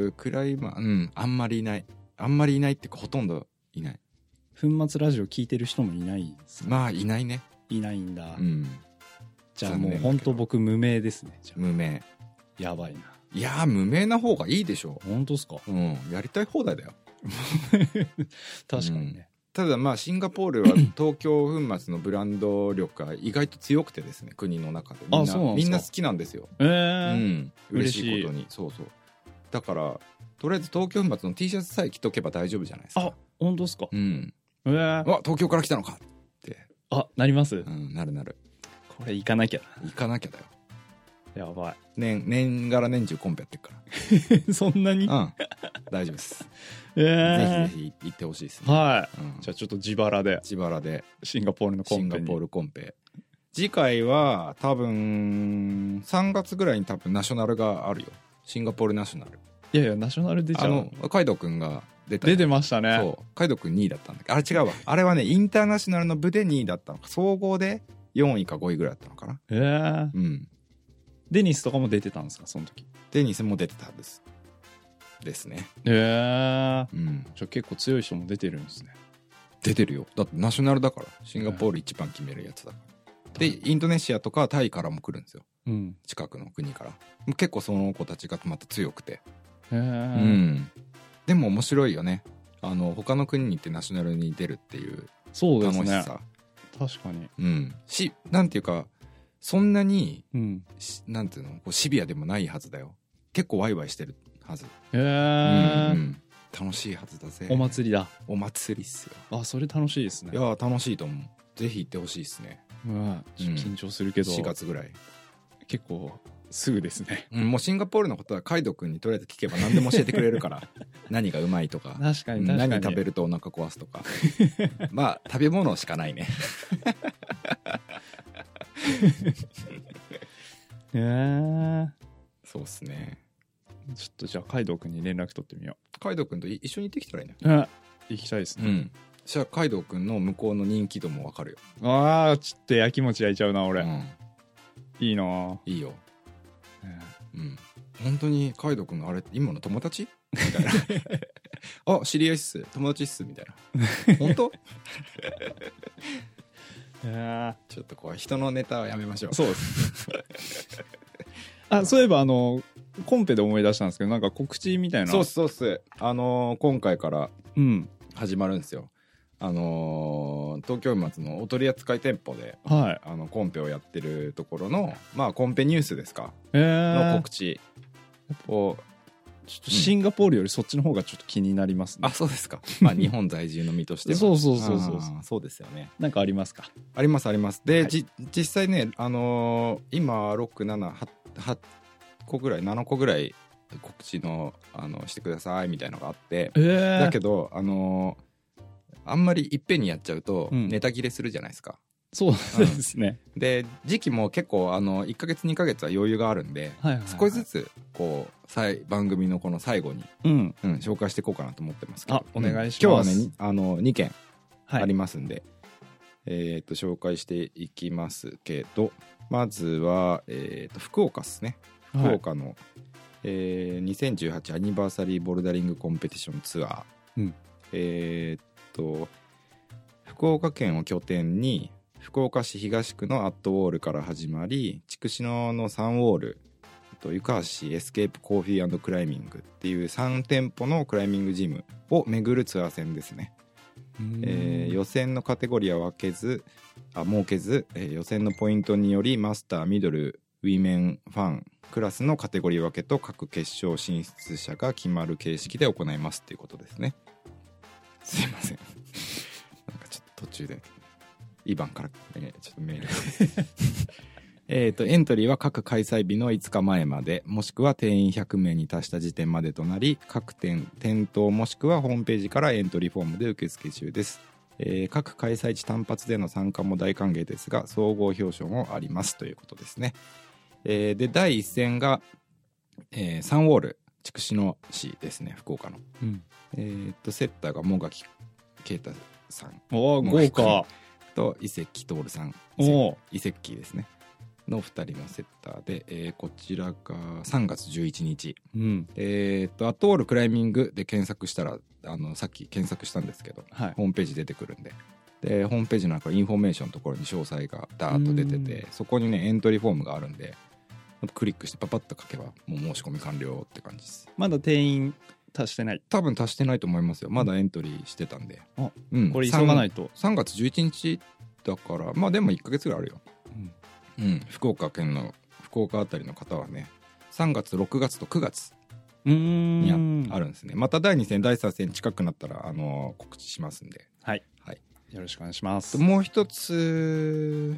ルくらいまうんあんまりいないあんまりいないっていうかほとんどいない粉末ラジオ聞いてる人もいないんですかまあいないねいないんだ、うんじゃあ残念もうだけど本当僕無名ですねじゃ無名あやばいないやー無名な方がいいでしょ本当ですかうんやりたい放題だよ 確かにね。ただまあシンガポールは 東京粉末のブランド力が意外と強くてですね国の中でみんあなそうなんですかみんな好きなんですよ、えうーん、嬉嬉しいしいことにそうそうだからとりあえず東京粉末の T シャツさえ着とけば大丈夫じゃないですあか、本当ですか。うん、え ーあ東京から来たのかって、あ、なりますうん、なるなるこれ行かなきゃ。行かなきゃだよやば年年がら年中コンペやってるかい。 そんなにら、うん、大丈夫です、 えーぜひぜひ行ってほしいですね、はい。うん、じゃあちょっと自腹で自腹でシンガポールのコシンンガペポーに。ルコンペ次回は多分3月ぐらいに多分ナショナルがあるよシンガポールナショナルいやいや、ナショナル出ちあゃうの。カイドウくんが出た出てましたね。そうカイドウくん2位だったんだけどあれ違うわあれはねインターナショナルの部で2位だったのか総合で4位か5位ぐらいだったのかなえーうんデニスとかも出てたんですか、その時。デニスも出てたんですですねえーうんじゃあ結構強い人も出てるんですね。出てるよだってナショナルだからシンガポール一番決めるやつだからでインドネシアとかタイからも来るんですようん。近くの国から結構その子たちがまた強くてえうーん、でも面白いよねあの他の国に行ってナショナルに出るっていうそうで楽すしね。さ確かに。う,、んしなんていうかそんなにうん。しなんていうのこうシビアでもないはずだよ結構ワイワイしてるはず、えうんうーん楽しいはずだぜお祭りだ。お祭りっすよあ、それ楽しいですねい。やー楽しいと思うぜひ行ってほしいですねうんちょっと緊張するけど、 4月ぐらい、結構すぐですね。うんもうシンガポールのことはカイドくんにとりあえず聞けば何でも教えてくれるから 何がうまいとか確かに確かに。何食べるとお腹壊すと かまあ食べ物しかないねえーそうっすねちょっとじゃあカイドウ君に連絡取ってみよカイドウくんとい一緒に行ってきたらいいねう。あ行きたいですうね。んじゃあカイドウくんの向こうの人気度もわかるよああ、ちょっと焼き餅焼いちゃうな、う俺。んいいなぁいいよねうん本当にカイドウくんのあれ今の友達みたいな あ知り合いっす友達っすみたいな本当 えちょっと怖い人のネタはやめましょうそうです ね。あ、そういえばあの、コンペで思い出したんですけど、なんか告知みたいな。そうっすそうっすあのー今回からうん。始まるんですよあのー東京松のお取り扱い店舗ではい。あのコンペをやってるところのまあコンペニュースですかえのー告、知をちょっとシンガポールよりそっちの方がちょっと気になりますねあ。そうです かまあ日本在住の身としてはそうそうそうそうあーそうですよねなんかありますかありますありますで、はいじ実際ねあのー今678個ぐらい7個ぐらい告知のあのしてくださいみたいのがあってええだけどあのーあんまりいっぺんにやっちゃうとうんネタ切れするじゃないですか、そうですね。で時期も結構あの1ヶ月2ヶ月は余裕があるんではいはいはい少しずつこうさい番組のこの最後に、うん。うん、紹介していこうかなと思ってますけどあお願いしますうん今日はねあの2件はい。ありますんで、えっと紹介していきますけどまずは、えー、と福岡ですねはい福岡の、えー2018アニバーサリーボルダリングコンペティションツアー、うんえっと福岡県を拠点に福岡市東区のアットウォールから始まり筑紫野のサンウォールあと湯川市エスケープコーヒークライミングっていう3店舗のクライミングジムを巡るツアー戦ですねうんえー予選のカテゴリーは分けずあ設けず、えー予選のポイントによりマスターミドルウィメンファンクラスのカテゴリー分けと各決勝進出者が決まる形式で行いますっていうことですねすいませんなんかちょっと途中でイバンから、えーちょっとメールがえーとエントリーは各開催日の5日前までもしくは定員100名に達した時点までとなり各店店頭もしくはホームページからエントリーフォームで受付中ですえー各開催地単発での参加も大歓迎ですが総合表彰もありますということですね、えーで第1戦が、えーサンウォール筑紫野市ですね福岡の、うんえーっとセッターが茂垣啓太さんおー豪華。と伊関徹さんおおー。伊関ですねの2人のセッターで、えーこちらが3月11日うん。えーっとアットウォールクライミングで検索したらあのさっき検索したんですけどはい。ホームページ出てくるんで。で、ホームページの中インフォメーションのところに詳細がダーッと出てて、そこにね、エントリーフォームがあるんで、クリックしてパパッと書けば、もう申し込み完了って感じです。まだ定員足してない。多分足してないと思いますよまだエントリーしてたんであ、うん、これ急がないいと。 3月11日だからまあでも1か月ぐらいあるようん、福岡県の福岡あたりの方はね3月6月と9月うーんにああるんですねまた第2戦第3戦近くなったら、あの告知しますんでよろしくお願いします。もう一つ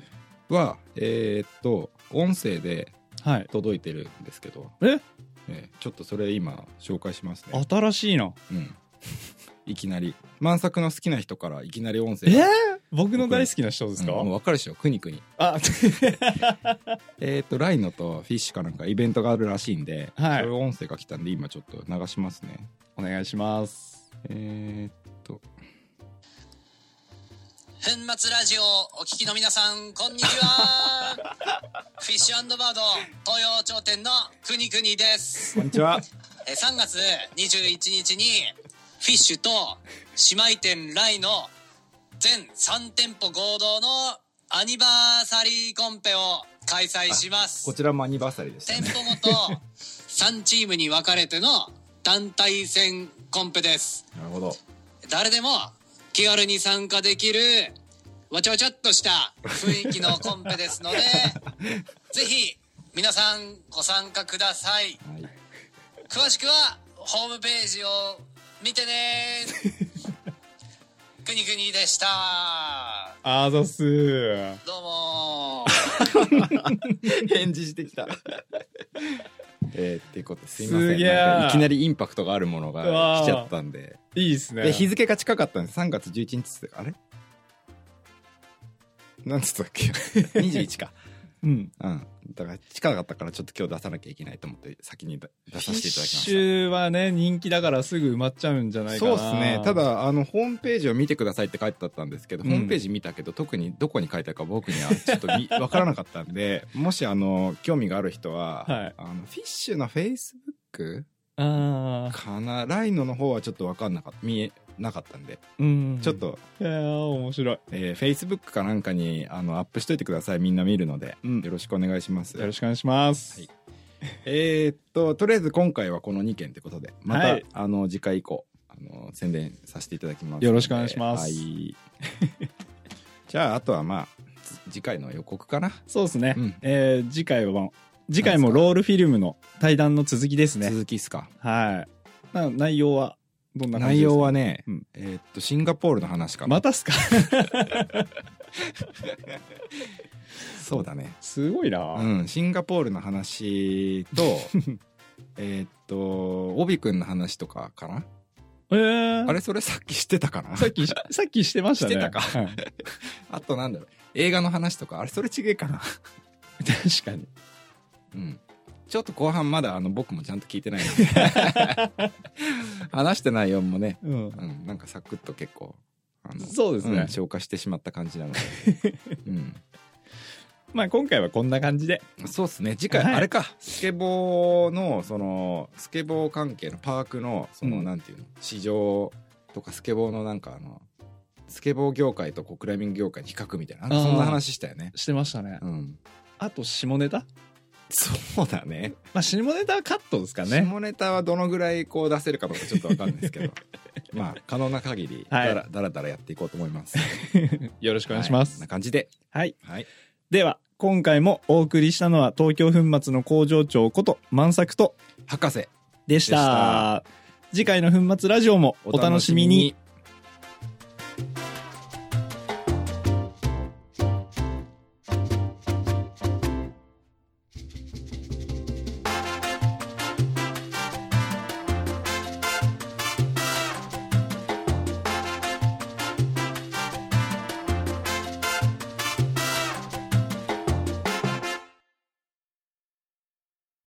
はえーっと音声ではい。届いてるんですけどええーちょっとそれ今紹介しますね、新しいな。うん、いきなり満作の好きな人からいきなり音声えがー僕の大好きな人ですかうんもう分かるでしょくにくにあ、 えっ、とライノとフィッシュかなんかイベントがあるらしいんで、はいそれ音声が来たんで今ちょっと流しますねお願いします。えー、っと粉末ラジオをお聞きの皆さんこんにちはフィッシュバード東洋頂点のくにくにですこんにちはえー3月21日にフィッシュと姉妹店ライの全3店舗合同のアニバーサリーコンペを開催し ま すこちらもアニバーサリーでしたね店舗ごと3チームに分かれての団体戦コンペですなるほど誰でも気軽に参加できるわちゃわちゃっとした雰囲気のコンペですの でぜひ皆さんご参加くださいはい詳しくはホームページを見 てねくにくにでしたあざっすー。どうも返事してきたえー、っていうことですいますせんげーなんかいきなりインパクトがあるものうわがー来ちゃったんでいいですね。で日付が近かったんです3月11日っつってあれなんつったっ け21かうん。うんだから近かったからちょっと今日出さなきゃいけないと思って先に出出フさィせッていただきましたシュはね、人気だからすぐ埋まっちゃうんじゃないかそうな。ですねた、だあのホームページを見てくださいって書いてあったんですけど、うんホームページ見たけど特にどこに書いてあるか僕にはちょっとみわからなかったん でもしあの興味がある人は、はいあのフィッシュのフェイスブックああ、かなライノの方はちょっとわかんなかった見えなかったんで、うん。ちょっ。と、いやー面白い。えー、フェイスブックかなんかにあのアップしといてくださいみんな見るので、うんよろしくお願いしますよろしくお願いします。はいえーっととりあえず今回はこの2件ってことでまた、はいあの次回以降あの宣伝させていただきますのでよろしくお願いしますはい じゃああとはまあつ次回の予告かな、 そうですね。うんえー次回は、次回もロールフィルムの対談の続きですね。続きっすかはい。な内容は、どんな感内じですか容はね、うんえーっとシンガポールの話かな、またっすかそうだねすごいな、うんシンガポールの話 とえーっと帯くんの話とかかなえー、あれそれさっきしてたかなさっき、さっきしてましたね。してたかはい あとなんだろう映画の話とかあれそれちげえかな確かに。うん、ちょっと後半まだあの僕もちゃんと聞いてないの 話した内容もね、うん。うん、なんかサクッと結構あのそうですねん消化してしまった感じな ので、うまあ今回はこんな感じで。ん、そうっすね次回、はいあれかスケボーのそのスケボー関係のパークのその、うんなんていうの市場とかスケボーのなんかあのスケボー業界とこうクライミング業界の比較みたいななんかそんな話したよねしてましたね。うんあと下ネタそうだねまあ下ネタはカットですかね。下ネタはどのぐらいこう出せるかとかちょっとわかんないです けどまあ可能な限りはいだら,、だらだらやっていこうと思います。よろしくおお願いしまこんす。な感じで、はい。はい、では、今回もお送りしたのは東京粉末の工場長こと満作と博士ででした。した次回の粉末ラジオもお楽しみに。